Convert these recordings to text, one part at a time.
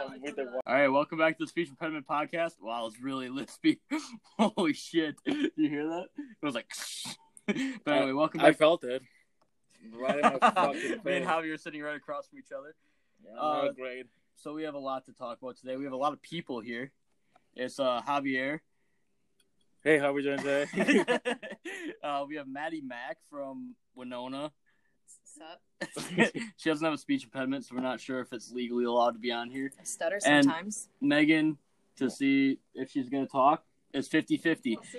Oh, with the. All right, welcome back to the Speech Impediment Podcast. Wow, it's really lispy. Holy shit! Do you hear that? It was like. but anyway, welcome I back. felt it. Right in my fucking Me and face. Javi are sitting right across from each other. Yeah, Uh, not great. So we have a lot to talk about today. We have a lot of people here. It's uh, Javier. Hey, how are we doing today? uh, we have Maddie Mack from Winona. Sup? she doesn't have a speech impediment, so we're not sure if it's legally allowed to be on here. I stutter And- sometimes. Megan to see if she's going to talk. It's 50 50.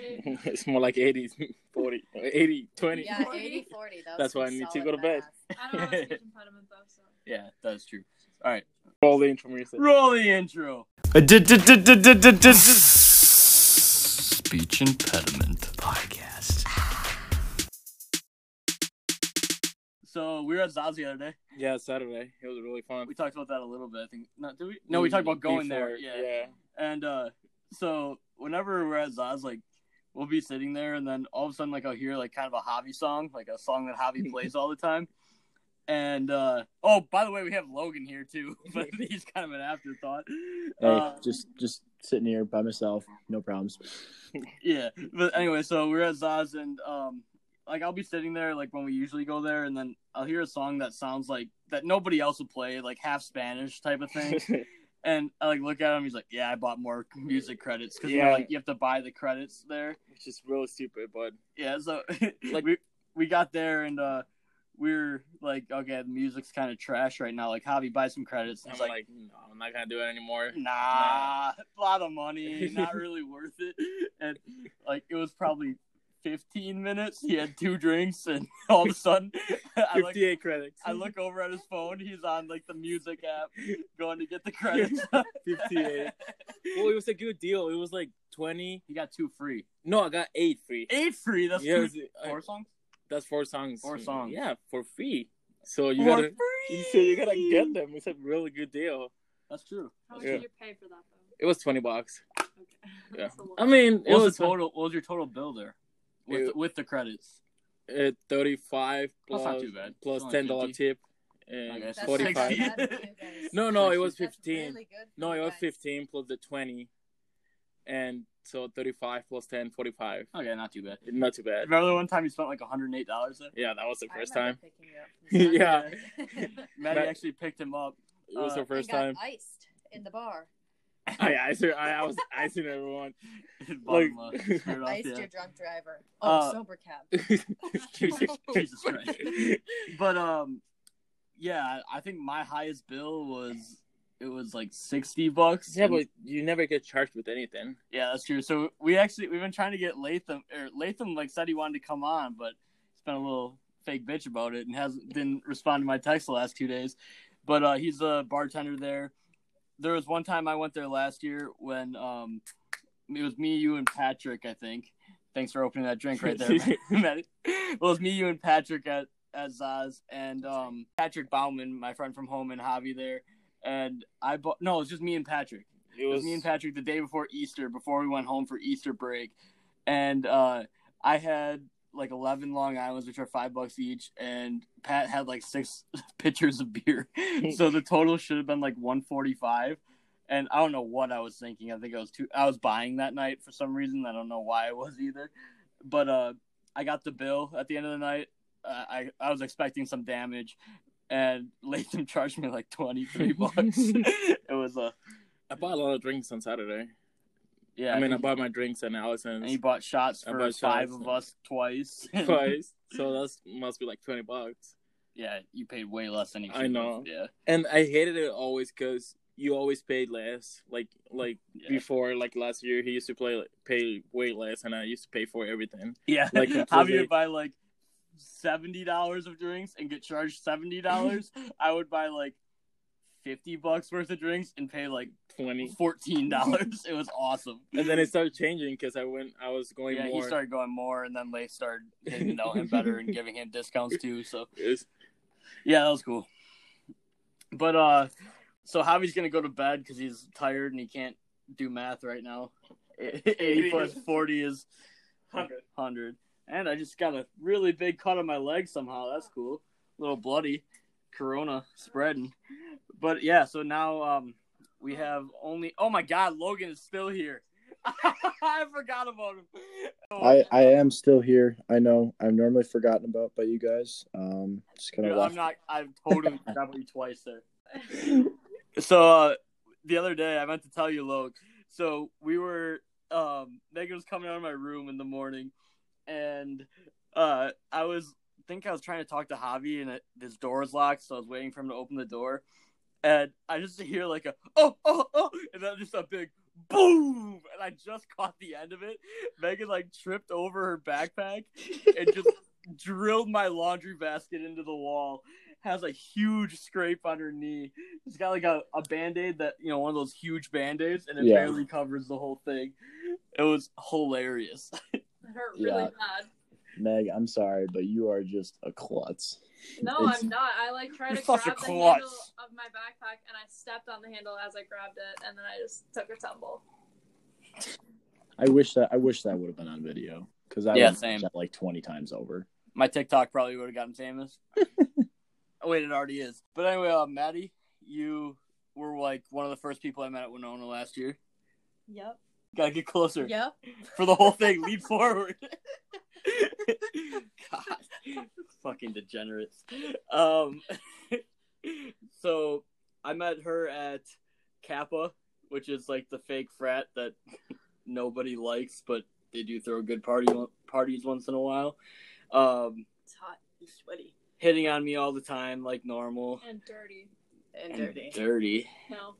it's more like 80, 40, 80, 20. yeah, 80 40. That's why I need to go to bed. I don't have a speech impediment though, so. Yeah, that's true. All right. Roll the intro music. Roll the intro. Speech impediment podcast. So we were at Zazi the other day. Yeah, Saturday. It was really fun. We talked about that a little bit. I think. No, did we? No, we talked about going there. Before- Yeah. And uh, so whenever we're at Zaz, like we'll be sitting there, and then all of a sudden, like I'll hear like kind of a Javi song, like a song that Javi plays all the time. And uh, oh, by the way, we have Logan here too, but he's kind of an afterthought. Hey, Uh, just just sitting here by myself, no problems. yeah, but anyway, so we're at Zaz, and um, like I'll be sitting there, like when we usually go there, and then I'll hear a song that sounds like that nobody else will play, like half Spanish type of thing. Yeah. And I like look at him. He's like, "Yeah, I bought more music credits because Yeah. like you have to buy the credits there." Which is really stupid, but Yeah, so like Like- we we got there and uh we are like, "Okay, the music's kind of trash right now." Like, Javi, buy some credits. And I'm he's like, like, Mm. no, I'm not going to do it anymore. "Nah, a lot of money, not really worth it." And like it was probably. 15 minutes he had two drinks and all of a sudden I look, 58 credits. I look over at his phone he's on like the music app going to get the credits 58. well, it was a good deal. It was like 20. he got two free No, I got eight free. Eight free. That's Yeah, it two, was- I- four songs. That's four songs. Four songs. Yeah, for free. So you Four gotta, free. so you gotta get them. It's a really good deal. That's true. How much Yeah. did you pay for that though? It was twenty bucks. Okay. Yeah. That's a lot. I mean, it What was was the total? What was your total bill there? With It- with the credits. uh, thirty-five That's plus not too bad. plus It's only ten dollar 50. tip, and Okay, so forty-five. 60. No, no, it was That's fifteen. really good no, for it you was guys. fifteen plus the twenty, and so thirty-five plus 10, 45. Okay, not too bad. Not too bad. Remember the one time you spent like 108 dollars there? Yeah, that was the I first time. remember picking you up Yeah. from Subway. Maddie That- actually picked him up. It was Uh, the first I got time. Iced in the bar. I, I, I, I was icing everyone. His Like- bottom left, his shirt off, Iced yeah. your drunk driver. Oh, Uh, sober cab. Jesus Christ. But um, yeah, I think my highest bill was it was like 60 bucks. Yeah, And- but you never get charged with anything. Yeah, that's true. So we actually we've been trying to get Latham or Latham like said he wanted to come on, but he's been a little fake bitch about it and hasn't didn't respond to my text the last two days. But uh, he's a bartender there. There was one time I went there last year when um, it was me, you, and Patrick. I think. Thanks for opening that drink right there, Matt. Well, it was me, you, and Patrick at at Zaz, and um, Patrick Bauman, my friend from home, and Javi there. And I bought no, it was just me and Patrick. It It was was me and Patrick the day before Easter, before we went home for Easter break, and uh, I had like eleven Long Island's, which are five bucks each, and Pat had like six pitchers of beer, so the total should have been like one forty five. And I don't know what I was thinking. I think I was too. I was buying that night for some reason. I don't know why I was either, but uh, I got the bill at the end of the night. Uh, I I was expecting some damage, and Latham charged me like twenty three bucks. it was a uh, I bought a lot of drinks on Saturday. yeah. I mean, I think- bought my drinks and And he Allison's bought shots I for bought five shots. of us twice. twice, so that must be like twenty bucks. yeah, you paid way less than you I should have. know. Yeah. And I hated it always because you always paid less. Like like Yeah. before, like last year, he used to play pay way less, and I used to pay for everything. Yeah. Like, How completely- you buy like seventy dollars of drinks and get charged seventy dollars? I would buy like fifty bucks worth of drinks and pay like Twenty, fourteen dollars. it was awesome. and then it started changing because I went, I was going yeah, more. he started going more, and then they started getting to know him better and giving him discounts too. So It was- Yeah, that was cool. But uh, so Javi's gonna go to bed because he's tired and he can't do math right now. Eighty plus forty is Hundred. Hundred. And I just got a really big cut on my leg somehow. That's cool. A little bloody. Corona spreading. But yeah, so now um, We have only. Oh my God, Logan is still here. I forgot about him. Oh. I, I am still here. I know I'm normally forgotten about by you guys. Um, just kind Dude, of I'm not. I've totally forgot about you twice there. So uh, the other day, I meant to tell you, Loke. So we were. Um, Megan was coming out of my room in the morning, and uh, I was think I was trying to talk to Javi, and it, his door was locked, so I was waiting for him to open the door, and I just hear like a oh oh oh, and then just a big boom, and I just caught the end of it. Megan like tripped over her backpack and just drilled my laundry basket into the wall. Has a huge scrape on her knee. She's got like a, a band aid that, you know, one of those huge band aids, and it Yeah. barely covers the whole thing. It was hilarious. It hurt really Yeah. bad. Meg. I'm sorry, but you are just a klutz. No, It's- I'm not. I like tried You're to grab such the a handle klutz. of my backpack and I stepped on the handle as I grabbed it and then I just took a tumble. I wish that I wish that would have been on video because I Yeah, would- same. like 20 times over. My TikTok probably would have gotten famous. oh, wait, it already is. But anyway, uh, Maddie, you were like one of the first people I met at Winona last year. Yep. Gotta get closer Yep. for the whole thing. Lead forward. God, fucking degenerates. Um, so I met her at Kappa, which is like the fake frat that nobody likes, but they do throw good party parties once in a while. Um, It's hot and sweaty hitting on me all the time, like normal. And dirty. and, And dirty. Dirty. No.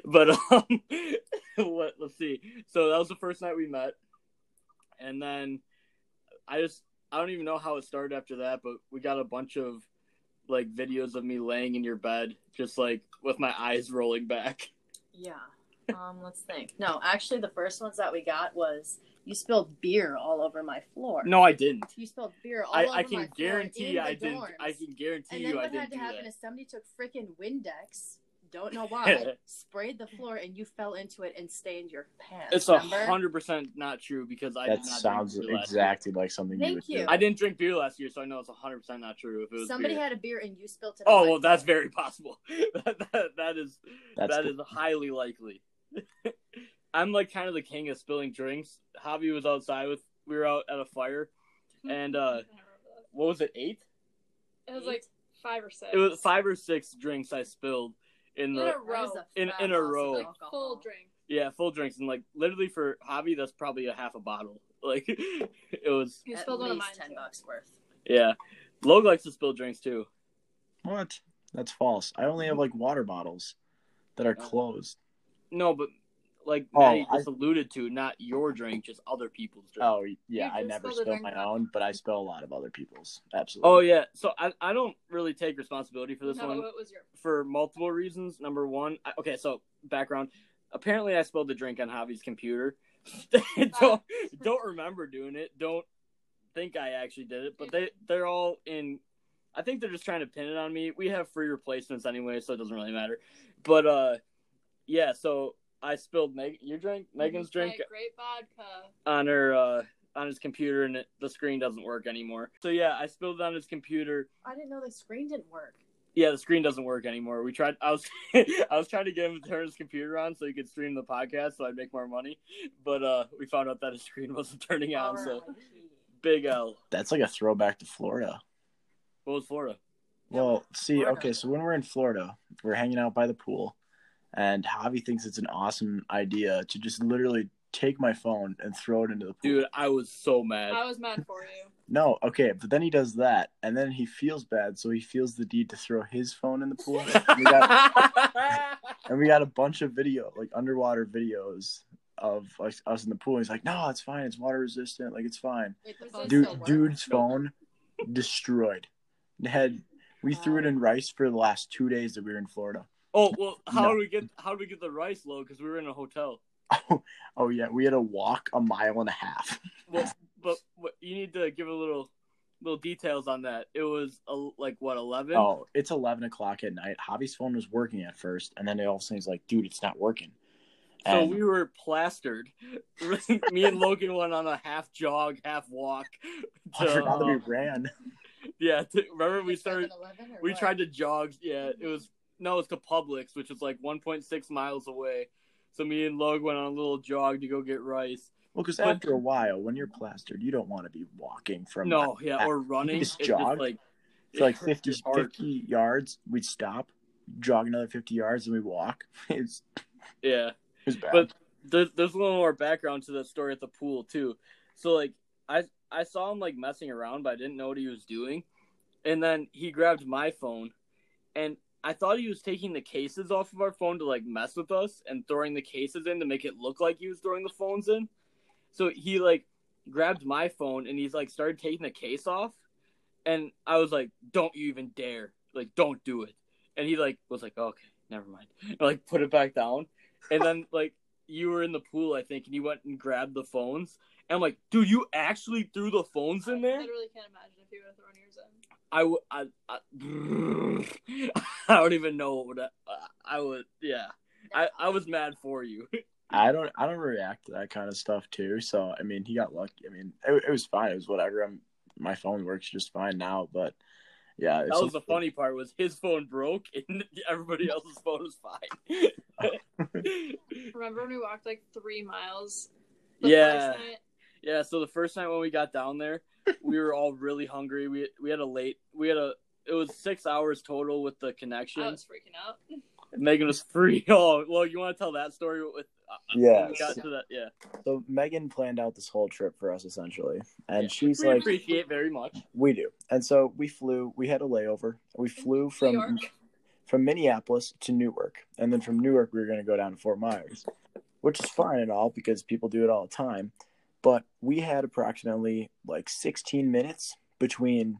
but um, let, let's see. So that was the first night we met, and then I just I don't even know how it started after that, but we got a bunch of like videos of me laying in your bed, just like with my eyes rolling back. Yeah. Um, let's think. No, actually, the first ones that we got was you spilled beer all over my floor. No, I didn't. You spilled beer all I, over I my can floor in guarantee the I didn't. dorms. I can guarantee And then you I what didn't had do to happen that. is somebody took freaking Windex, don't know why, sprayed the floor, and you fell into it and stained your pants. It's a remember? hundred percent not true because I that did not sounds drink beer last exactly like something you Thank would you. do. Year. I didn't drink beer last year, so I know it's hundred percent not true. If it was Somebody beer. had a beer and you spilled it. on Oh my well, that's floor. very possible. that, that, that is That's That's the- highly likely. I'm like kind of the king of spilling drinks. Javi was outside with we were out at a fire. And, uh, What was it? Eight? it was like five or six. It was five or six drinks I spilled in in the a That row. was a in- fat in a loss of row. Like alcohol. full drink. yeah full drinks and like literally for Javi that's probably a half a bottle. Like it was You At spilled one of least mine. ten too. bucks worth. yeah. Log likes to spill drinks too. What? That's false. I only have like water bottles that are Oh. closed. No, but like Oh, Maddie I- just alluded to, not your drink, just other people's drink. Oh yeah, You I just spilled never a spill drink my on- own, but I spill a lot of other people's. Absolutely. Oh yeah. So I I don't really take responsibility for this no, one. it was your for multiple reasons. Number one, I, okay, so background. Apparently, I spilled the drink on Javi's computer. don't don't remember doing it. Don't think I actually did it. But they they're all in. I think they're just trying to pin it on me. We have free replacements anyway, so it doesn't really matter. But uh, yeah. So I spilled Meg your drink, Mm-hmm. Megan's drink Like, Great vodka. on her uh on his computer, and it, the screen doesn't work anymore. So yeah, I spilled it on his computer. I didn't know the screen didn't work. Yeah, the screen doesn't work anymore. We tried. I was I was trying to get him to turn his computer on so he could stream the podcast, so I'd make more money. But uh, we found out that his screen wasn't turning on. So big L. That's like a throwback to Florida. What was Florida? Well, see, Florida. okay, so when we're in Florida, we're hanging out by the pool, and Javi thinks it's an awesome idea to just literally take my phone and throw it into the pool. Dude, I was so mad. I was mad for you. No, okay, but then he does that, and then he feels bad, so he feels the need to throw his phone in the pool. and, we got, and we got a bunch of video, like underwater videos of like, us in the pool. He's like, "No, it's fine. It's water resistant. Like it's fine." Wait, the Was phone it Dude, still worked? dude's phone destroyed. Had we threw it in rice for the last two days that we were in Florida. oh well, how No. do we get how do we get the rice low? Because we were in a hotel. Oh, oh yeah, we had to walk a mile and a half. Well, but what, you need to give a little little details on that. It was uh, like what eleven? Oh, it's eleven o'clock at night. Javi's phone was working at first, and then it all of a sudden he's like, "Dude, it's not working." So And- we were plastered. Me and Logan went on a half jog, half walk. I to, forgot that we um, ran. Yeah, to, remember we Was it started. 7-Eleven or We what? tried to jog. Yeah, it was no, it's to Publix, which is like 1.6 miles away. So me and Log went on a little jog to go get rice. Well, because after a while, when you're plastered, you don't want to be walking from No, yeah, or running. just It's jog? like it's like it hurts 50, your heart. 50 yards. We'd stop, jog another fifty yards, and we walk. It's Yeah. it's bad. But- there's there's a little more background to that story at the pool too. So like I I saw him like messing around, but I didn't know what he was doing. And then he grabbed my phone, and I thought he was taking the cases off of our phone to like mess with us and throwing the cases in to make it look like he was throwing the phones in. So he like grabbed my phone and he's like started taking the case off, and I was like, "Don't you even dare! Like, don't do it!" And he like was like, "Okay, never mind." And, like put it back down, and then like you were in the pool, I think, and you went and grabbed the phones. And I'm like, dude, you actually threw the phones in I there? literally can't imagine if you would have thrown yours in. I, w- I, I, I don't even know what would I, I would, yeah. I, I was mad for you. I don't I don't react to that kind of stuff too. So I mean, he got lucky. I mean, it, it was fine. It was whatever. I'm, my phone works just fine now. But yeah, if That was the some- funny part was his phone broke and everybody else's phone was fine. Remember when we walked like three miles? yeah. first night? Yeah, so the first night when we got down there, we were all really hungry. We we had a late we had a it was six hours total with the I connection. was freaking out. Uh, Megan was free. Oh, well, you want to tell that story with Yeah. when we got to that? Yeah, So Megan planned out this whole trip for us essentially, and Yeah. she's we like, appreciate very much. we do. And so we flew. We had a layover. We flew from New York. from Minneapolis to Newark, and then from Newark we were going to go down to Fort Myers, which is fine and all because people do it all the time. But we had approximately like 16 minutes between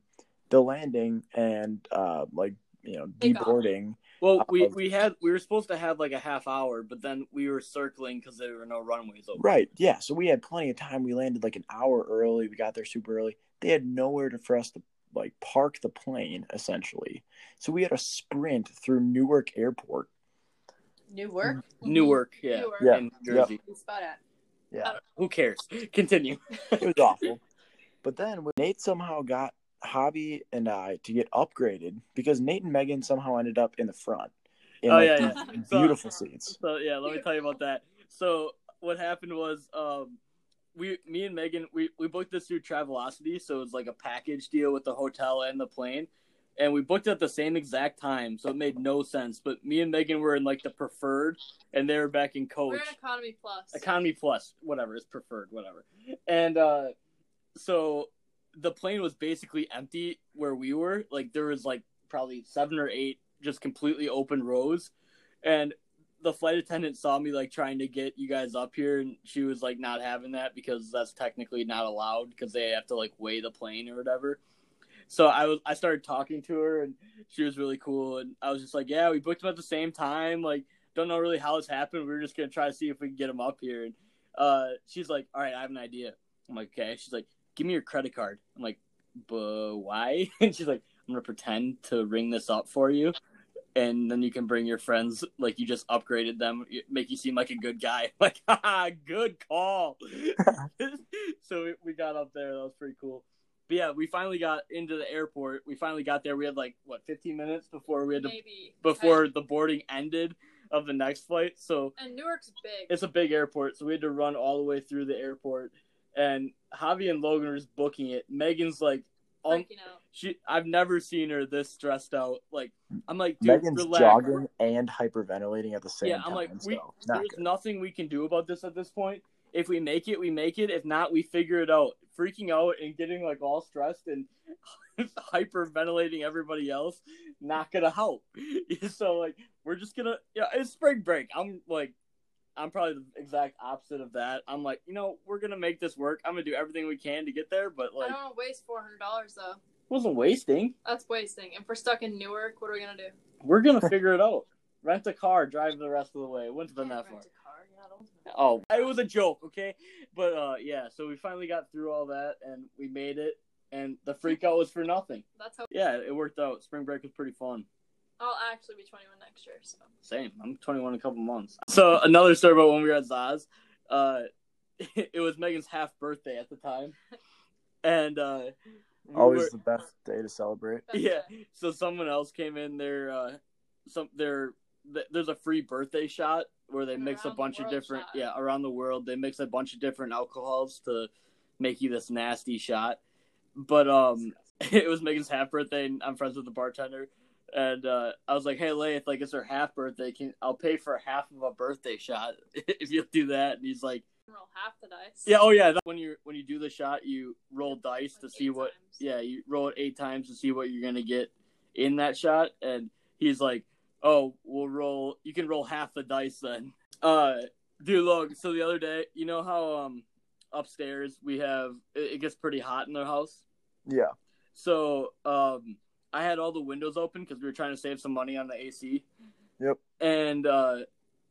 the landing and uh, like you know Takeoff. deboarding. Well, we Uh, we had we were supposed to have like a half hour, but then we were circling because there were no runways open. Right, yeah. So we had plenty of time. We landed like an hour early. We got there super early. They had nowhere to, for us to like park the plane essentially. So we had a sprint through Newark Airport. New work. Mm-hmm. Newark, Mm-hmm. yeah, Newark. Yeah. in New Jersey. We spot at. Yeah. Who cares? Continue. it was awful. But then when Nate somehow got Hobby and I to get upgraded because Nate and Megan somehow ended up in the front. In Oh, like, yeah, these yeah. So- Beautiful seats. So yeah, let me tell you about that. So what happened was, um, we, me and Megan, we, we booked this through Travelocity, so it was like a package deal with the hotel and the plane, and we booked it at the same exact time, so it made no sense. But me and Megan were in like the preferred, and they were back in We're coach. in Economy Plus. Economy Plus, whatever is preferred, whatever. And uh, so the plane was basically empty where we were. Like there was like probably seven or eight just completely open rows, and the flight attendant saw me like trying to get you guys up here, and she was like not having that because that's technically not allowed because they have to like weigh the plane or whatever. So I was I started talking to her and she was really cool and I was just like yeah we booked them at the same time like don't know really how this happened. We were just gonna try to see if we can get him up here. And uh, she's like, "All right, I have an idea." I'm like, "Okay." She's like, "Give me your credit card." I'm like, "But why?" And she's like, "I'm gonna pretend to ring this up for you, and then you can bring your friends. Like you just upgraded them, make you seem like a good guy." like, "Haha, good call." so we, we got up there. That was pretty cool. But yeah, we finally got into the airport. We finally got there. We had like what 15 minutes before we had to Maybe. before Right. the boarding ended of the next flight. So And Newark's big. it's a big airport, so we had to run all the way through the airport. And Javi and Logan are just booking it. Megan's like, um, freaking out. she, I've never seen her this stressed out. Like, I'm like, dude, Megan's relax. jogging and hyperventilating at the same Yeah, time. I'm like, so we, not there's good. nothing we can do about this at this point. If we make it, we make it. If not, we figure it out. Freaking out and getting like all stressed and hyperventilating everybody else, not gonna help. so like, we're just gonna, yeah, it's spring break. I'm like, I'm probably the exact opposite of that. I'm like, you know, we're gonna make this work. I'm gonna do everything we can to get there, but like, I don't want to waste four hundred dollars though. wasn't wasting. That's wasting. If we're stuck in Newark, what are we gonna do? We're gonna figure it out. Rent a car, drive the rest of the way. It wouldn't have been that far. Rent a car, you're not old enough. Oh, it was a joke, okay? But uh yeah, so we finally got through all that and we made it and the freak out was for nothing. That's how. Yeah, it worked out. Spring break was pretty fun. I'll actually be twenty one next year. So Same. I'm 21 in a couple months. So another story about when we were at Zaz. Uh it was Megan's half birthday at the time. And uh we Always were- the best day to celebrate. that's yeah. it. So someone else came in their uh some there th- there's a free birthday shot where they mix a Around the bunch of world different shot. yeah around the world they mix a bunch of different alcohols to make you this nasty shot but um it was megan's half birthday and i'm friends with the bartender and uh, I was like, "Hey, Laith, like it's her half birthday. Can I'll pay for half of a birthday shot if you'll do that?" And he's like, Roll half the dice. "Yeah, oh yeah. that- When you when you do the shot, you roll dice to Like see eight what times. yeah, you roll it eight times to see what you're gonna get in that shot, and he's like, "Oh, we'll roll. You can roll half the dice then." Uh, dude, look. So the other day, you know how um upstairs we have it, it gets pretty hot in their house. Yeah. So um, I had all the windows open because we were trying to save some money on the AC. Yep. And uh,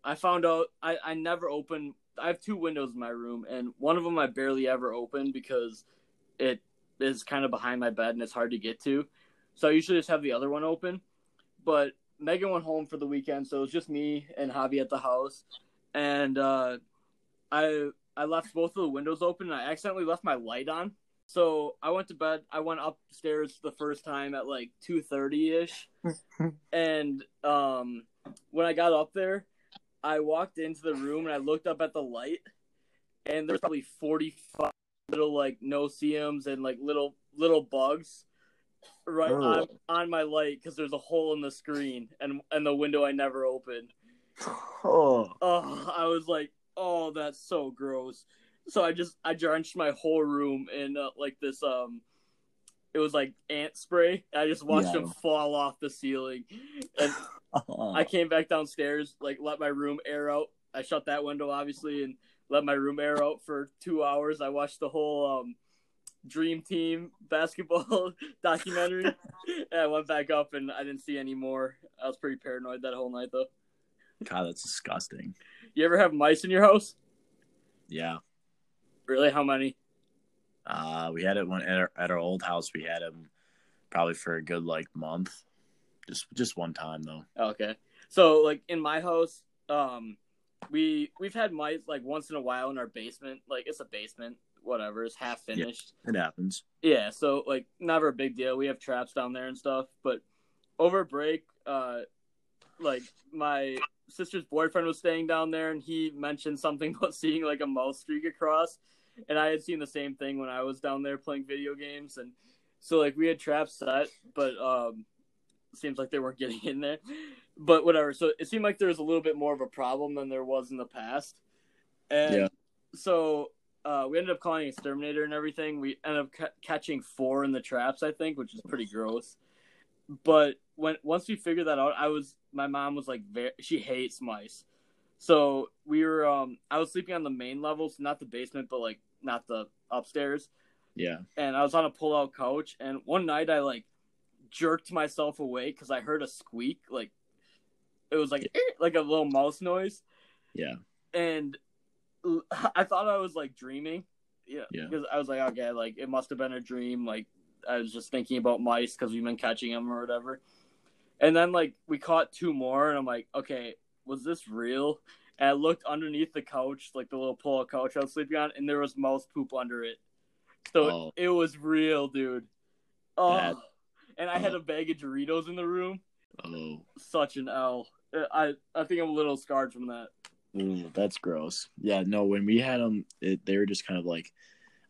I found out I, I never open. I have two windows in my room, and one of them I barely ever open because it is kind of behind my bed and it's hard to get to. So I usually just have the other one open. But Megan went home for the weekend, so it was just me and Javi at the house, and uh, I I left both of the windows open and I accidentally left my light on. So I went to bed. I went upstairs the first time at like two thirty ish, and um, when I got up there, I walked into the room and I looked up at the light, and there's probably forty five little like no seums and like little little bugs right Oh. on, on my light because there's a hole in the screen and and the window I never opened Oh. oh, I was like, oh, that's so gross. So I just I drenched my whole room in uh, like this um, it was like ant spray. I just watched them Yeah. Oh. fall off the ceiling, and I came back downstairs, like let my room air out. I shut that window obviously and let my room air out for two hours. I watched the whole um, Dream Team basketball documentary. and I went back up and I didn't see any more. I was pretty paranoid that whole night though. God, that's disgusting. You ever have mice in your house? Yeah. Really? How many? Uh, we had it when at our, at our old house. We had him probably for a good like month. Just just one time though. Okay. So like in my house, um, we we've had mice like once in a while in our basement. Like it's a basement, whatever. It's half finished. It happens. Yeah. so like never a big deal. We have traps down there and stuff. But over break, uh, like my sister's boyfriend was staying down there, and he mentioned something about seeing like a mouse streak across. And I had seen the same thing when I was down there playing video games, and so like we had traps set, but um, seems like they weren't getting in there. But whatever. So it seemed like there was a little bit more of a problem than there was in the past. And Yeah. so uh, we ended up calling exterminator and everything. We ended up ca- catching four in the traps, I think, which is pretty gross. But when once we figured that out, I was my mom was like, very, she hates mice. So we were, um, I was sleeping on the main level, so not the basement, but like not the upstairs Yeah. and I was on a pull-out couch. And one night, I like jerked myself awake because I heard a squeak, like it was like "Eh," like a little mouse noise. Yeah. And l- I thought I was like dreaming. Yeah, Yeah. because I was like, okay, like it must have been a dream. Like I was just thinking about mice because we've been catching them or whatever. And then like we caught two more, and I'm like, okay, was this real? And I looked underneath the couch, like the little pull-out couch I was sleeping on, and there was mouse poop under it. So Oh. it was real, dude. Oh, That- and I had a bag of Doritos in the room. Oh. Such an L. I I think I'm a little scarred from that. Ooh, that's gross. Yeah, no, when we had them, it, they were just kind of like,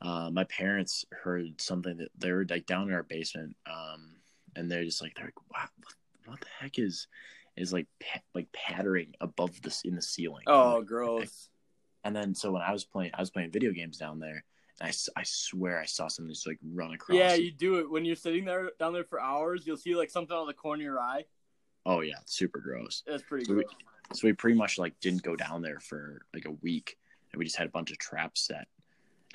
uh, my parents heard something that they were like down in our basement, um, and they're just like, they're like, wow, what, what the heck is, is like, pa- like pattering above this in the ceiling. Oh, Like, gross. And then so when I was playing, I was playing video games down there, and I, s- I swear I saw something just like run across. Yeah, you do it when you're sitting there down there for hours. You'll see like something out of the corner of your eye. oh yeah, it's super gross. That's pretty So we- gross. So we pretty much like didn't go down there for like a week, and we just had a bunch of traps set.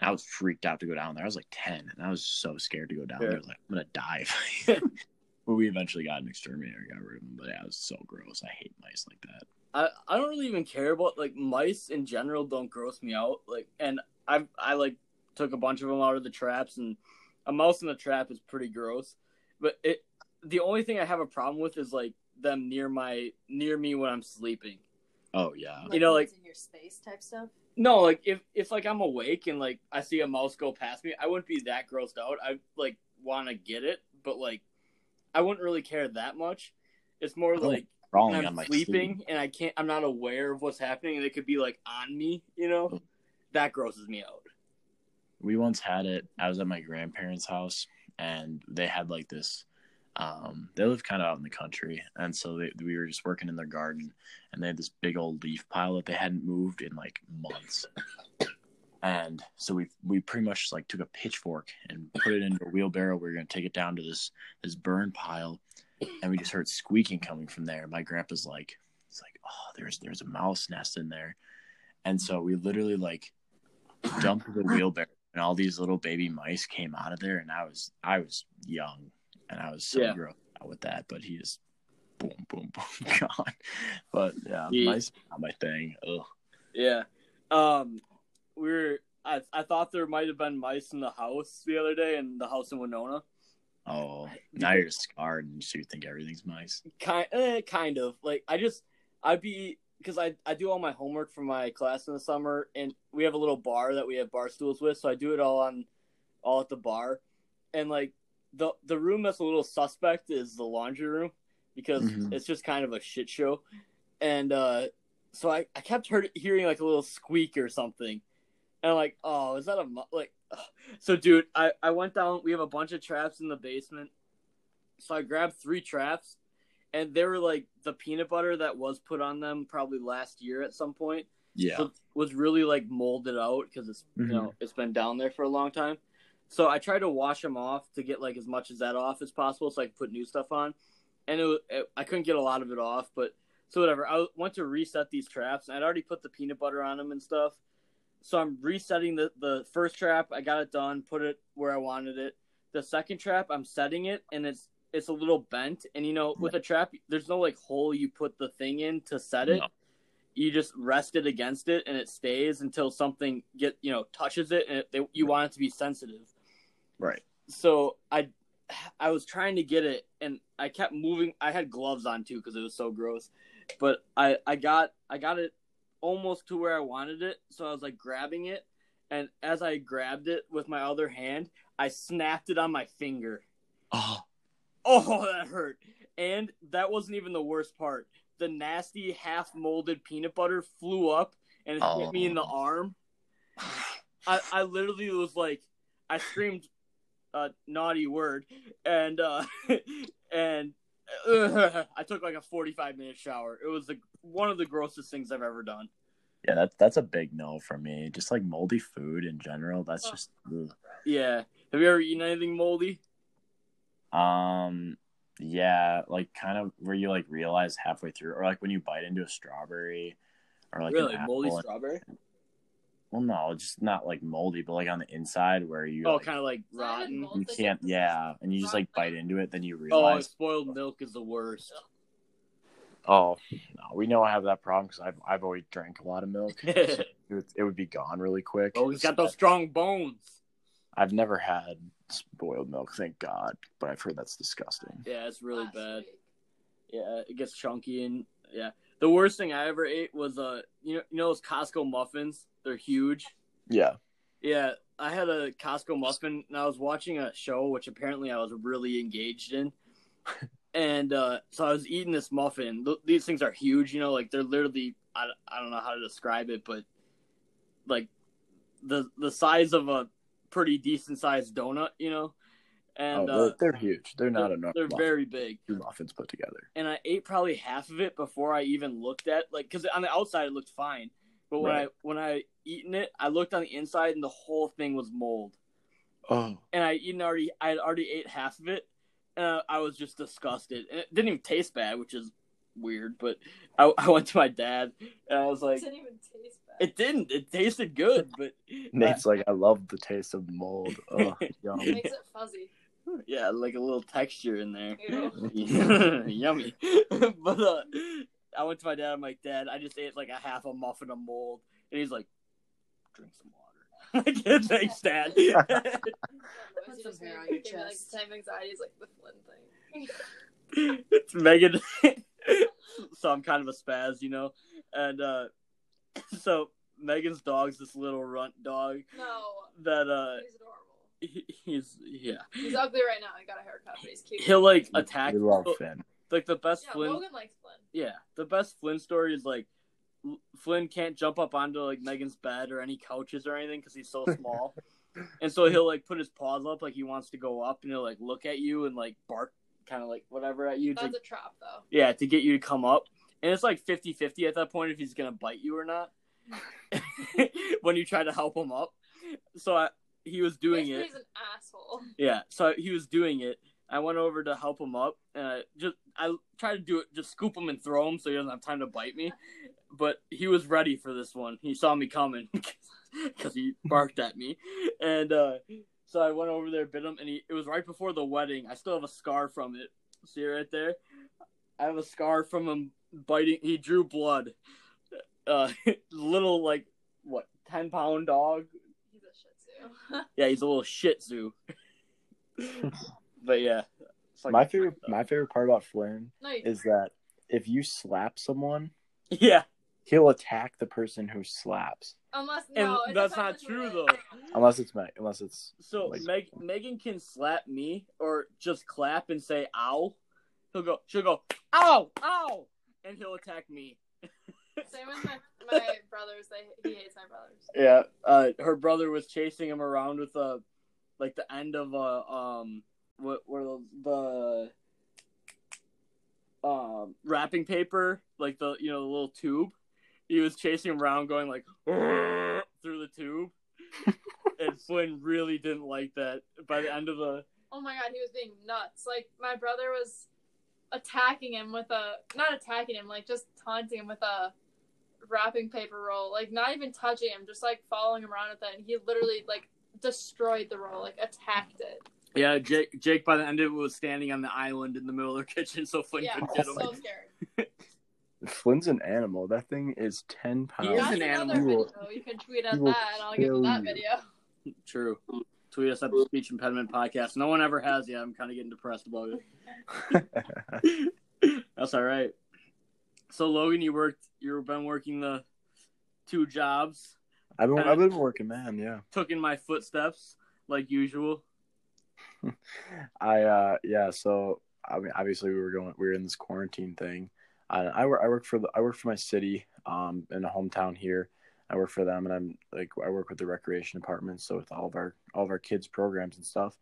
And I was freaked out to go down there. I was like ten, and I was so scared to go down Yeah. there. I was like I'm gonna die. if I-" but we eventually got an exterminator, and got rid of him. But yeah, it was so gross. I hate mice like that. I I don't really even care about like mice in general. Don't gross me out. Like, and I I like took a bunch of them out of the traps, and a mouse in the trap is pretty gross. But it the only thing I have a problem with is like them near my near me when I'm sleeping. Oh yeah, You know, ones in your space type stuff. No, like if if like I'm awake and like I see a mouse go past me, I wouldn't be that grossed out. I like want to get it, but like I wouldn't really care that much. It's more Oh. like crawling and on I'm my sleeping and I can't I'm not aware of what's happening and it could be like on me, you Oh. know? That grosses me out. we once had it i was at my grandparents house and they had like this um, they live kind of out in the country and so they, we were just working in their garden and they had this big old leaf pile that they hadn't moved in like months and so we we pretty much just, like took a pitchfork and put it into a wheelbarrow we were going to take it down to this this burn pile and we just heard squeaking coming from there my grandpa's like it's like oh there's there's a mouse nest in there and so we literally like dumped the wheelbarrow and all these little baby mice came out of there and i was i was young and i was so Yeah. grossed out with that but he just boom boom boom gone but yeah, Yeah. mice are not my thing Ugh. Yeah. Um we were I I thought there might have been mice in the house the other day in the house in Winona. oh now you're just scarred and so you think everything's mice Kind eh, kind of. Like I just I'd be because I, I do all my homework for my class in the summer and we have a little bar that we have bar stools with, so I do it all on all at the bar. And like the the room that's a little suspect is the laundry room because Mhm. it's just kind of a shit show. And uh so I, I kept heard, hearing like a little squeak or something. And I'm like, oh, is that a mo-? like ugh. so dude, I I went down, we have a bunch of traps in the basement. So I grabbed three traps and they were like the peanut butter that was put on them probably last year at some point yeah so- was really like molded out because it's Mhm. you know it's been down there for a long time. So I tried to wash them off to get like as much as that off as possible, so I could put new stuff on. And it, wa- it I couldn't get a lot of it off, but so whatever. I went to reset these traps, and I'd already put the peanut butter on them and stuff. So I'm resetting the the first trap. I got it done, put it where I wanted it. The second trap, I'm setting it, and it's it's a little bent. And you know, with a trap, there's no like hole you put the thing in to set it No. you just rest it against it and it stays until something get you know touches it and it, they, you want it to be sensitive right so i i was trying to get it and i kept moving i had gloves on too because it was so gross but i i got i got it almost to where i wanted it so i was like grabbing it and as i grabbed it with my other hand i snapped it on my finger oh Oh, that hurt. And that wasn't even the worst part. The nasty half molded peanut butter flew up and hit me in the Oh. arm. I, I literally was like, I screamed a naughty word and, uh, and I took like a 45 minute shower. It was the, one of the grossest things I've ever done. yeah that, that's a big no for me just like moldy food in general that's just ugh. Yeah. Have you ever eaten anything moldy? Um, yeah, like kind of where you like realize halfway through, or like when you bite into a strawberry, or like really? an apple. Moldy and- strawberry? well, no, just not like moldy, but like on the inside where you Oh, like, kind of like Is that even rotten. mold? you can't, yeah, and you just like bite into it, then you Oh, realize, spoiled milk is the worst. oh, no, we know I have that problem because I've I've always drank a lot of milk. so it, would- it would be gone really quick. Oh, he's got those strong bones. I've never had spoiled milk, thank God, but I've heard that's disgusting. Yeah, it's really Last bad. week. Yeah, it gets chunky and yeah. The worst thing I ever ate was uh, you know, you know those Costco muffins. They're huge. Yeah, Yeah, I had a Costco muffin and I was watching a show which apparently I was really engaged in. and uh, so I was eating this muffin. Th- these things are huge, you know, like they're literally I, I don't know how to describe it, but like the the size of a pretty decent sized donut, you know. And oh, uh, they're, they're huge. They're not they're, enough. they're very big two muffins put together. and I ate probably half of it before I even looked at like because on the outside it looked fine, but when I Right. when I eaten it, I looked on the inside and the whole thing was mold. Oh, And I eaten already, I had already ate half of it, and I was just disgusted. And it didn't even taste bad, which is weird. But I, I went to my dad and I was like, it didn't even taste bad. it didn't. It tasted good, but Nate's like, I love the taste of mold. Oh, It yum. makes it fuzzy. yeah, like a little texture in there. Ew. Yummy. but uh, I went to my dad. I'm like, Dad, I just ate like a half a muffin of mold, and he's like, Drink some water. like, thanks, Dad. Otherwise, you some just hair gonna on your give me, like, chest. same anxiety as like the Flynn thing. it's Megan. so I'm kind of a spaz, you know, and uh, so Megan's dog's this little runt dog no, that uh, he's adorable. he, he's yeah, He's ugly right now. I got a haircut, but he's cute. he'll like attack. We love Finn. Like the best yeah, Flynn. Logan likes Flynn. yeah, the best Flynn story is like L- Flynn can't jump up onto like Megan's bed or any couches or anything because he's so small, and so he'll like put his paws up like he wants to go up, and he'll like look at you and like bark, kind of like whatever at you. To, That's a trap, though. yeah, to get you to come up, and it's like 50-50 at that point if he's gonna bite you or not when you try to help him up. So I, he was doing Basically, it. He's an asshole. Yeah, so he was doing it. I went over to help him up, and I just I tried to do it, just scoop him and throw him so he doesn't have time to bite me. But he was ready for this one. He saw me coming because he barked at me, and uh, so I went over there, bit him, and he, it was right before the wedding. I still have a scar from it. See it right there? I have a scar from him biting. He drew blood. Uh, little like what ten pound dog He's a Shih Tzu. yeah, he's a little Shih Tzu. but yeah, it's like- my favorite, my favorite part about Flynn no, you is that if you slap someone, yeah, he'll attack the person who slaps. unless and no, it that's not depends on who true it though. is. Unless it's Meg, unless it's So Like- Meg Megan can slap me or just clap and say "ow." He'll go. She'll go "ow, ow," and he'll attack me. Same with my, my brothers. They, he hates my brothers. Yeah, uh, her brother was chasing him around with a, like the end of a um, what were those the, um, wrapping paper, like the you know the little tube. He was chasing him around, going like "Arr!" through the tube, and Flynn really didn't like that. By the end of the Oh my god, he was being nuts. Like my brother was attacking him with a not attacking him, like just taunting him with a wrapping paper roll. Like not even touching him, just like following him around with it. And he literally like destroyed the roll, like attacked it. yeah, Jake Jake by the end of it was standing on the island in the middle of their kitchen, so Flynn yeah, couldn't I'm get so him. scared. Flynn's an animal. That thing is ten He is pounds. That's an another animal. You will- video. You can tweet he at will that, and I'll give you kill that you. video. True. Um, Tweet us at the Speech Impediment Podcast. No one ever has yet. I'm kind of getting depressed about it. That's all right. So Logan, you worked. You've been working the two jobs, I've been, I've been a working man. Yeah, took in my footsteps like usual. I uh yeah. So I mean, obviously we were going, we were in this quarantine thing. I I work, I work for the, I work for my city, um, in a hometown here. I work for them, and I'm like I work with the recreation department, so with all of our all of our kids' programs and stuff.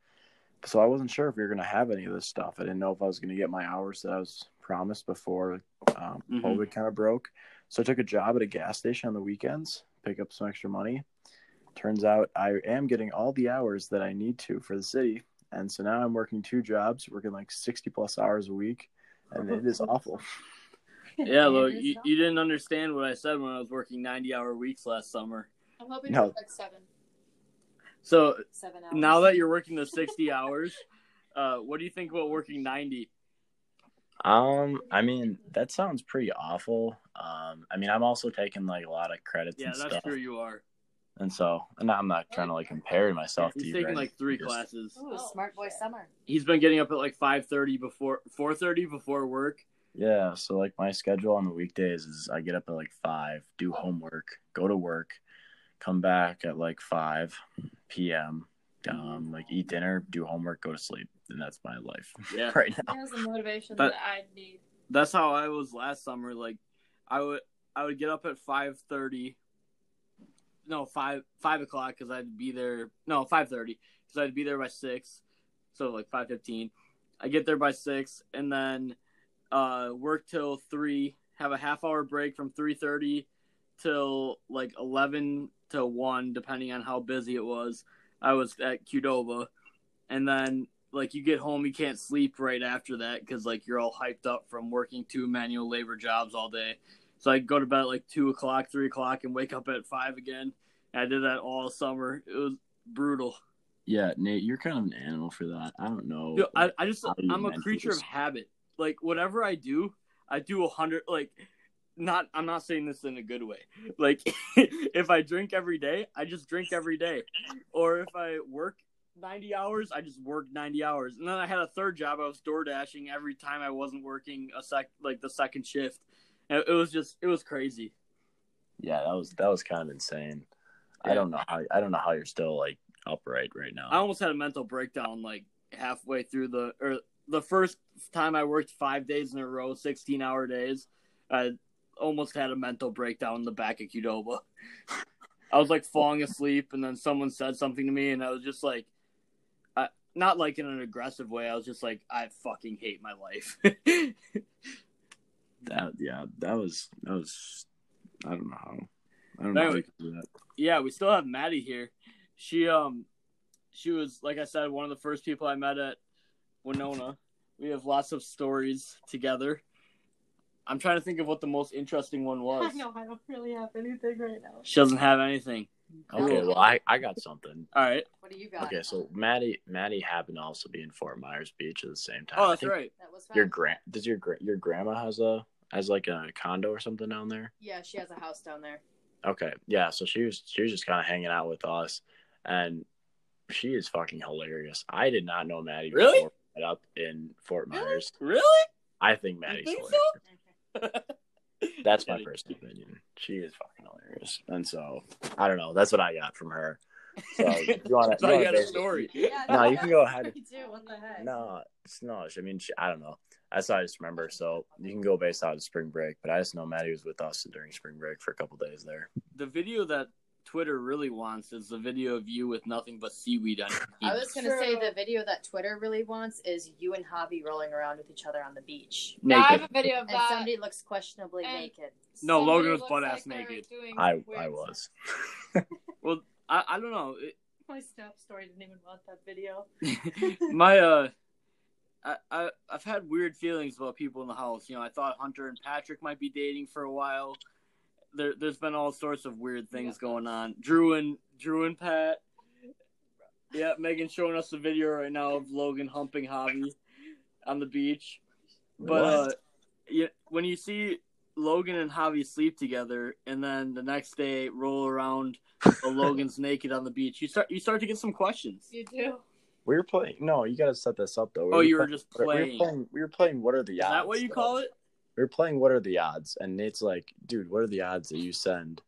So I wasn't sure if we were gonna have any of this stuff. I didn't know if I was gonna get my hours that I was promised before um, Mhm. COVID kind of broke. So I took a job at a gas station on the weekends, pick up some extra money. Turns out I am getting all the hours that I need to for the city, and so now I'm working two jobs, working like sixty plus hours a week, and it is awful. Yeah, Logan, It is you, not- you didn't understand what I said when I was working 90 hour weeks last summer. I'm hoping No. for like seven, So seven hours. now that you're working the 60 hours, uh, what do you think about working 90? Um, I mean, that sounds pretty awful. Um, I mean, I'm also taking like a lot of credits Yeah, and that's stuff, true. You are. and so and I'm not trying to like compare myself to He's you. taking right? like three Just- classes. Ooh, Oh, smart boy shit. summer. He's been getting up at like 5:30 before 4:30 before work. Yeah, so like my schedule on the weekdays is I get up at like five, do homework, go to work, come back at like five p.m. Um, like eat dinner, do homework, go to sleep, and that's my life Yeah. right now. He has the motivation But- that I need. that's how I was last summer. Like, I would I would get up at five thirty, no five five o'clock because I'd be there. No five thirty because I'd be there by six, so like five fifteen. I get there by six and then uh, work till three. Have a half hour break from three thirty till like eleven to one, depending on how busy it was. I was at Qdoba, and then like you get home you can't sleep right after that because like you're all hyped up from working two manual labor jobs all day so i go to bed at like two o'clock three o'clock and wake up at five again and i did that all summer it was brutal Yeah, Nate, you're kind of an animal for that. I don't know. Yo, I, I just How do you i'm a manage creature of this? habit like whatever i do i do a hundred like not i'm not saying this in a good way like if i drink every day i just drink every day or if i work 90 hours i just work 90 hours and then i had a third job i was door dashing every time i wasn't working a sec like the second shift And it was just it was crazy yeah, that was that was kind of insane. Yeah. I don't know how I don't know how you're still like upright right now. i almost had a mental breakdown like halfway through the or the first time I worked five days in a row, sixteen hour days, I almost had a mental breakdown in the back of Qdoba. I was like falling asleep, and then someone said something to me, and I was just like, I, not like in an aggressive way. I was just like, I fucking hate my life. That yeah, that was that was. I don't know how. I don't That know. How was- you could do that. yeah, we still have Maddie here. She um she was like I said, one of the first people I met at Winona. We have lots of stories together. I'm trying to think of what the most interesting one was. I don't really have anything right now. She doesn't have anything. Okay, well, I I got something. All right. What do you got? Okay, so Maddie Maddie happened to also be in Fort Myers Beach at the same time. Oh, I that's think right. That was Your fast. grand does your gra- your grandma has a has like a condo or something down there. Yeah, she has a house down there. Okay, yeah. So she was she was just kind of hanging out with us, and she is fucking hilarious. I did not know Maddie Really? before we met up in Fort Myers. Really? I think Maddie's think so? hilarious. That's my Kidding. personal opinion. She is fucking hilarious, and so I don't know. That's what I got from her. So if you want So I to? got a story. No, you can go ahead. Me too. What the heck? No, it's no. I mean, she, I don't know. That's what I just remember. So you can go based out of spring break, but I just know Maddie was with us during spring break for a couple days there. The video that Twitter really wants is the video of you with nothing but seaweed on your I penis. was gonna say the video that Twitter really wants is you and Javi rolling around with each other on the beach, I have Naked. a video of and that. somebody looks questionably And- naked. No, Somebody Logan was looks like butt-ass they're naked. doing I weird I stuff. was. I, I don't know. It- My snap story didn't even want that video. my uh I, I I've had weird feelings about people in the house. You know, I thought Hunter and Patrick might be dating for a while. There there's been all sorts of weird things going on. Drew and Drew and Pat. Yeah, Megan showing us the video right now of Logan humping Javi on the beach. But uh, yeah, when you see Logan and Javi sleep together, and then the next day roll around, while Logan's naked on the beach. You start you start to get some questions. You do. we were playing. No, you got to set this up though. Oh, you were just We playing. were playing. We were playing. What are the Is odds? that what you call it? We were playing. What are the odds? And Nate's like, dude, what are the odds that you send?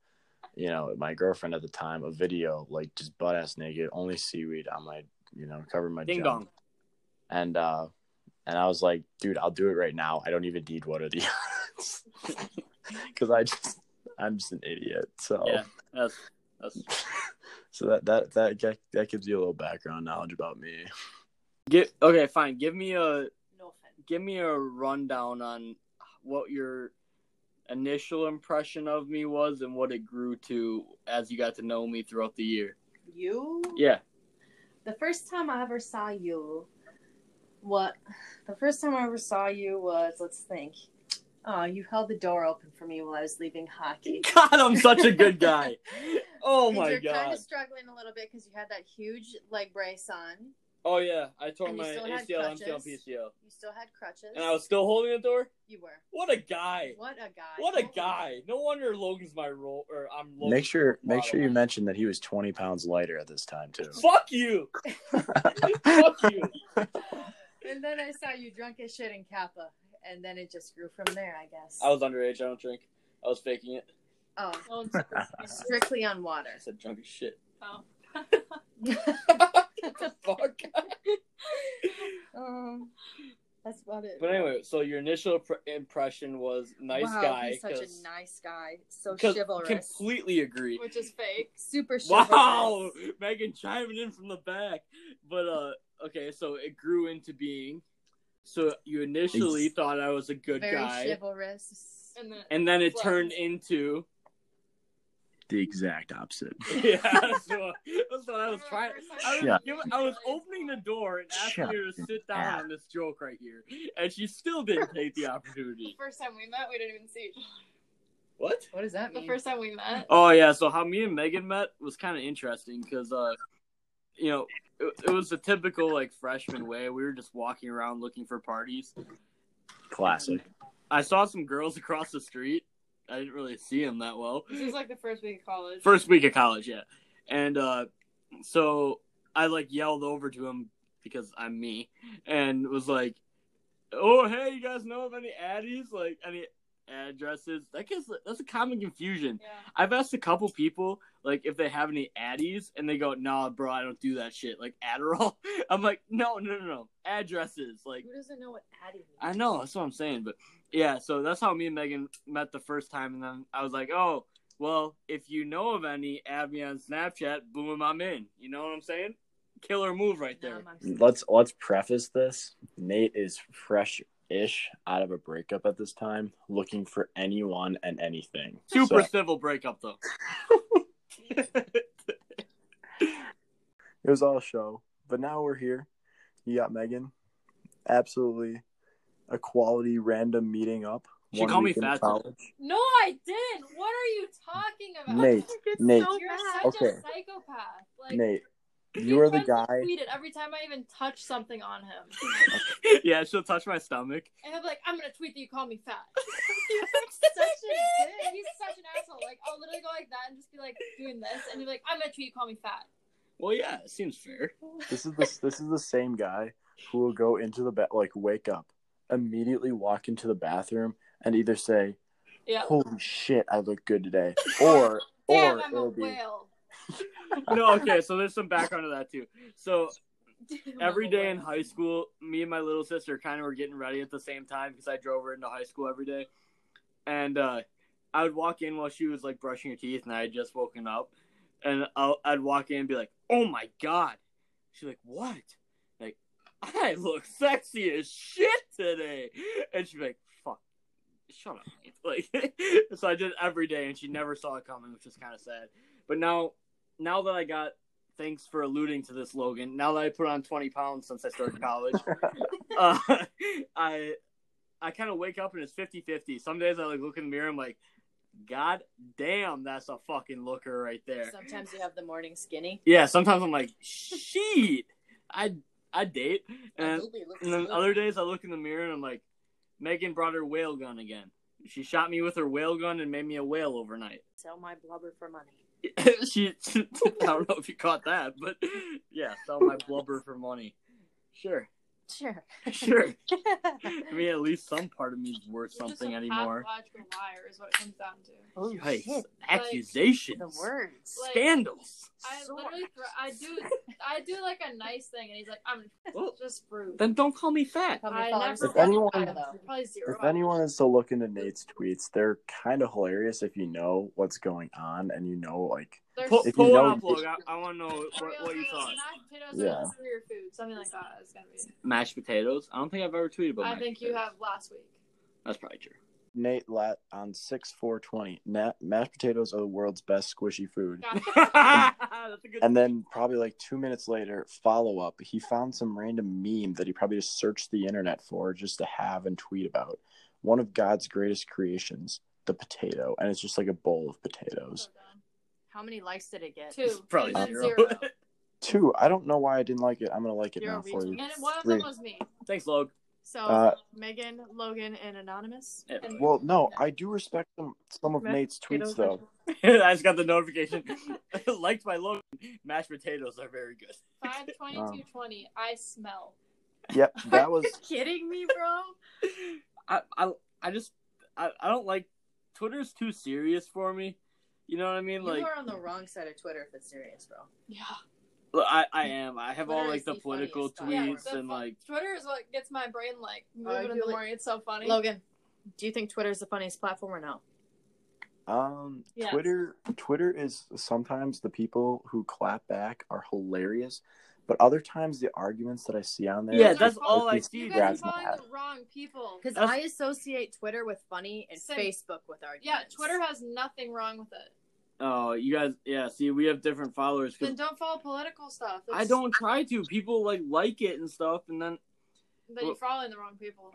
You know, my girlfriend at the time, a video like just butt ass naked, only seaweed on my, you know, cover my Ding junk." dong. and uh and I was like, dude, I'll do it right now. I don't even need one of the odds because I just I'm just an idiot. So Yeah, that's that's. so that that that ge- that gives you a little background knowledge about me. Get, okay, fine. Give me a No offense. give me a rundown on what your initial impression of me was and what it grew to as you got to know me throughout the year. You? Yeah, The first time I ever saw you, what? The first time I ever saw you was let's think. Oh, you held the door open for me while I was leaving hockey. God, I'm such a good guy. Oh And my you're kind God. of struggling a little bit because you had that huge leg brace on. Oh yeah, I tore And you my still had ACL, MCL, crutches. PCL, You still had crutches. and I was still holding the door. You were. What a guy! What a guy. What a Holy- guy! No wonder Logan's my role, or I'm. Logan's Make sure role make sure you model. mention that he was 20 pounds lighter at this time too. Fuck you! Fuck you! And then I saw you drunk as shit in Kappa, and then it just grew from there, I guess. I was underage. I don't drink. I was faking it. oh, Oh, I'm sorry. strictly on water. I said drunk as shit. Oh. Fuck. um, that's about it. But anyway, so your initial pr- impression was nice wow, guy. He's such 'cause- a nice guy. So 'cause chivalrous. Completely agree. Which is fake. Super chivalrous. Wow, Megan chiming in from the back. But uh, okay, so it grew into being. So you initially Ex- thought I was a good Very guy, chivalrous. And then and then it Well- turned into The exact opposite. yeah. That's what, that's what I was trying. I was, Shut giving, I was opening the door and asking Shut her to sit down up. on this joke right here, and she still didn't take the opportunity. the first time we met, we didn't even see each other. What? What does that mean? The first time we met. Oh yeah, so how me and Megan met was kind of interesting because, uh, you know, it, it was the typical like freshman way. We were just walking around looking for parties. Classic. I saw some girls across the street. I didn't really see them that well. This was like the first week of college. First week of college, yeah, and uh, so I like yelled over to him because I'm me, and was like, "Oh hey, you guys know of any Addies? Like any addresses. That gets that's a common confusion. Yeah. I've asked a couple people like if they have any addies, and they go, "Nah, bro, I don't do that shit." Like Adderall. I'm like, "No, no, no, no, addresses." Like Who doesn't know what Addy means? I know that's what I'm saying, but yeah. So that's how me and Megan met the first time, and then I was like, "Oh, well, if you know of any, add me on Snapchat. Boom, I'm in." You know what I'm saying? Killer move right Now there. I'm upset. Let's let's preface this. Nate is fresh ish out of a breakup at this time, looking for anyone and anything. Super So, civil breakup though. it was all show. But now we're here. You got Megan. Absolutely a quality random meeting up. She One called me week in fat. college. No, I didn't. What are you talking about? Nate, It's Nate, so you're Nate. such a Okay. psychopath. Like Nate, he you are the tries to guy. tweet it every time I even touch something on him, yeah, she'll touch my stomach. and he'll be like, "I'm gonna tweet that you call me fat." He's such a dick. He's such an asshole. Like I'll literally go like that and just be like doing this, and he'll be like, "I'm gonna tweet you call me fat." Well, yeah, it seems fair. This is the this is the same guy who will go into the ba- like wake up, immediately walk into the bathroom and either say, Yeah. "Holy shit, I look good today," or Damn, or I'm a it'll be whale. No, okay, so there's some background to that too. So Damn, every I'm a day in whale. high school, me and my little sister kind of were getting ready at the same time because I drove her into high school every day, and uh, I would walk in while she was like brushing her teeth, and I had just woken up, and I'll, I'd walk in and be like, "Oh my god," she's like, "What?" Like, I look sexy as shit today, and she'd be like, "Fuck." Shut up! Nate." Like, so I did it every day, and she never saw it coming, which is kind of sad. But now, now that I got thanks for alluding to this, Logan. Now that I put on 20 pounds since I started college, uh, I I kind of wake up and it's 50 50. Some days I like look in the mirror, I'm like, God damn, that's a fucking looker right there. Sometimes you have the morning skinny. Yeah, sometimes I'm like, shit, I I date. And, and then other days I look in the mirror and I'm like, Megan brought her whale gun again. She shot me with her whale gun and made me a whale overnight. Sell my blubber for money. she, I don't know if you caught that, but yeah, sell my blubber for money. Sure, Sure. sure. I mean, at least some part of me is worth You're just something a anymore. pathological liar is what it comes down to. oh, Yikes. shit. Accusations, The words. Like- scandals. I Sore. literally, thro- I do, I do like a nice thing, and he's like, "I'm Well, just rude." Then don't call me fat. Tell me I followers never. If got anyone- that. probably zero. If anyone is to look into Nate's tweets, they're kind of hilarious if you know what's going on and you know like There's- Pull, If you pull know- one up, Logan. I, I want to know what, Oreos what you are thought. mashed potatoes Yeah. are just for your food, something like that. It's gonna be. Mashed potatoes. I don't think I've ever tweeted about. I mashed think you potatoes. have last week. That's probably true. Nate Lat on six four twenty. Nat mashed potatoes are the world's best squishy food. Gotcha. That's a good. And then probably like two minutes later, follow up. He found some random meme that he probably just searched the internet for just to have and tweet about. One of God's greatest creations, the potato, and it's just like a bowl of potatoes. So dumb. How many likes did it get? Two. Probably And then zero. Two. I don't know why I didn't like it. I'm gonna like it You're now for you. reaching. And one of Three. them was me. Thanks, Log. So Uh, Megan, Logan, and Anonymous. Yeah. And- Well, no, I do respect some some of Mashed Nate's tweets potatoes are- though. I just got the notification. Liked my Logan. Mashed potatoes are very good. Five twenty-two twenty. I smell. Yep, that was Are you kidding me, bro? I, I, I just, I, I don't like. Twitter's too serious for me. You know what I mean? Like, you are on the wrong side of Twitter if it's serious, bro. Yeah. I, I am. I have all Twitter like is the the political funniest platform. tweets the and fu- like. Twitter is what gets my brain like I moving in do the like- morning. It's so funny. Logan, do you think Twitter is the funniest platform or no? um Yes. Twitter Twitter is sometimes the people who clap back are hilarious, but other times the arguments that I see on there Yeah, it's that's just- all I it's see. You dude. guys grabs are my following hat. the wrong people. Because That's- I associate Twitter with funny and Same. Facebook with arguments. Yeah, Twitter has nothing wrong with it. Oh, you guys. Yeah, see, we have different followers. 'cause Then don't follow political stuff. I It's- don't try to. People like like it and stuff, and then Then you're following the wrong people.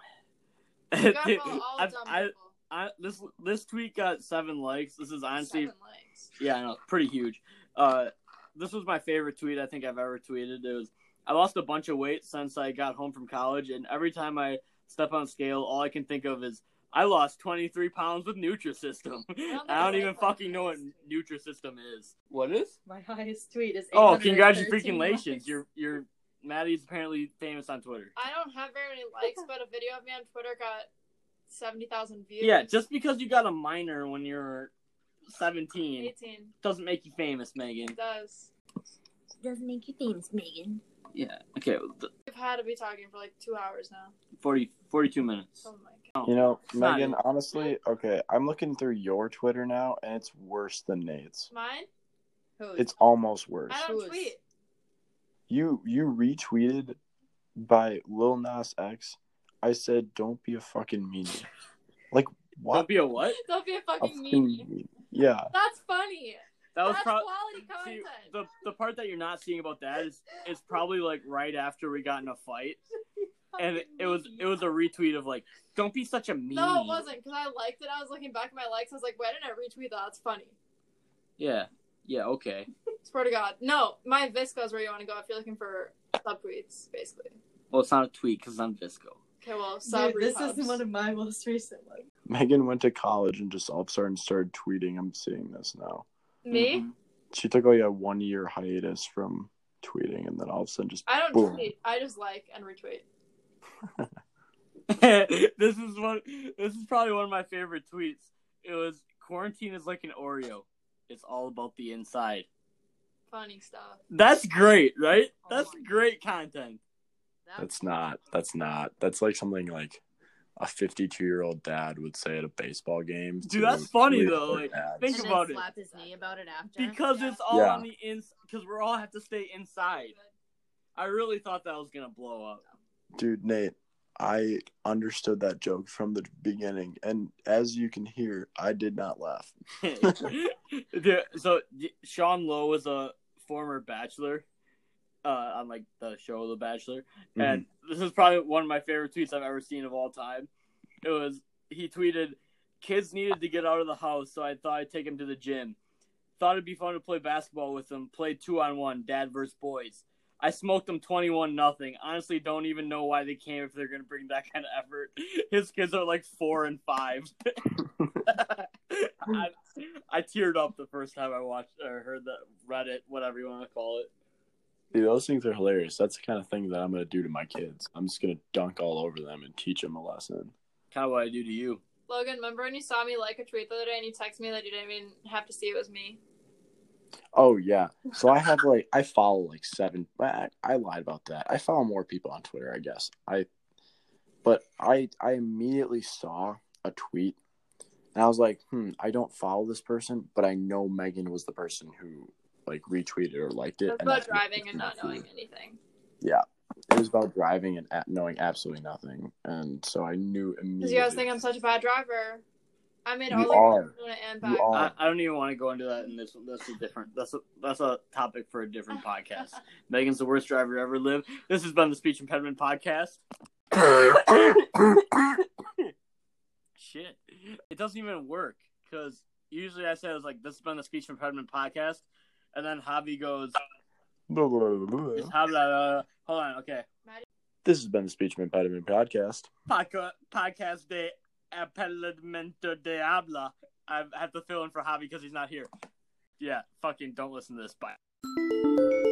You gotta follow all I, dumb I, people. I, this this tweet got seven likes. This is honestly Seven likes. Yeah, I know. Pretty huge. Uh, this was my favorite tweet I think I've ever tweeted. It was I lost a bunch of weight since I got home from college, and every time I step on scale, all I can think of is I lost 23 pounds with Nutrisystem. I think don't, I even like fucking that. know what Nutrisystem is. What is? My highest tweet is. Oh, 813 congratulations! likes. You're you're Maddie's apparently famous on Twitter. I don't have very many likes, but a video of me on Twitter got seventy thousand views. Yeah, just because you got a minor when you're 17 eighteen doesn't make you famous, Megan. it does. Doesn't make you famous, Megan. Yeah. Okay. th- We've had to be talking for like two hours now. 40, 42 minutes. Oh my god. You know, It's not Megan, it. honestly, okay, I'm looking through your Twitter now and it's worse than Nate's. Mine? Who? It's almost worse. I Who is- don't tweet. You you retweeted by Lil Nas X. I said don't be a fucking meanie. Like Don't what? be a what? Don't be a A fucking fucking meanie. meanie. Yeah. That's funny. That was That's probably. quality content. the the part that you're not seeing about that is is probably like right after we got in a fight, and it, it was it was a retweet of like, "Don't be such a meanie." No, it wasn't because I liked it. I was looking back at my likes. I was like, why didn't I retweet that? That's funny. Yeah, yeah, okay. Swear to God. No, my Visco is where you want to go if you're looking for subtweets, basically. Well, it's not a tweet because I'm Visco. Okay, well, sub Dude, this repubs. isn't one of my most recent ones. Megan went to college and just all of a sudden started tweeting. I'm seeing this now. Mm-hmm. Me? Mhm. She took like a one year hiatus from tweeting and then all of a sudden just I don't Boom. tweet. I just like and retweet. Mm-hmm. this is one. This is probably one of my favorite tweets. It was quarantine is like an Oreo. It's all about the inside. Funny stuff. That's great, right? Oh That's my- great content. That's not. That's not. That's like something like a 52 year old dad would say at a baseball game. Dude, to that's funny, his though, other like, dads. think and about then it. slap his knee about it after. Because it's all Yeah. on the ins. Because we're all have to stay inside. I really thought that was gonna blow up. Dude, Nate, I understood that joke from the beginning, and as you can hear, I did not laugh. Dude, so y- Sean Lowe was a former bachelor uh, on like the show The Bachelor, and this is probably one of my favorite tweets I've ever seen of all time. It was he tweeted, "Kids needed to get out of the house, so I thought I'd take him to the gym. Thought it'd be fun to play basketball with them. Played two on one, dad versus boys. I smoked them twenty one nothing. Honestly, don't even know why they came if they're gonna bring that kind of effort. His kids are like four and five. I, I teared up the first time I watched or heard that Reddit, whatever you want to call it. Dude, those things are hilarious. That's the kind of thing that I'm gonna do to my kids. I'm just gonna dunk all over them and teach them a lesson. Kind of what I do to you. Logan, remember when you saw me like a tweet the other day and you texted me that you didn't even have to see it was me? Oh yeah. So I have like I follow like seven. I, I lied about that. I follow more people on Twitter, I guess. I, but I I immediately saw a tweet, and I was like, hmm, I don't follow this person, but I know Megan was the person who like retweeted or liked it. That's and about that's what driving made and me not knowing tweet. anything. It was about driving and a- knowing absolutely nothing, and so I knew Because immediately. you guys think I'm such a bad driver. I made You all the are. Arizona and You back. are. I, I don't even want to go into that in this one. That's a different. That's a that's a topic for a different podcast. Megan's the worst driver to ever lived. This has been the Speech Impediment Podcast. Shit, it doesn't even work because usually I say I was like, "This has been the Speech Impediment Podcast," and then Javi goes, Blah, blah, blah, blah. "It's Javi, blah, blah, blah." "Hold on, okay." This has been the Speech Impediment Podcast. Podca- podcast de Appellamento de Habla. I have to fill in for Javi because he's not here. Yeah, fucking don't listen to this. Bye.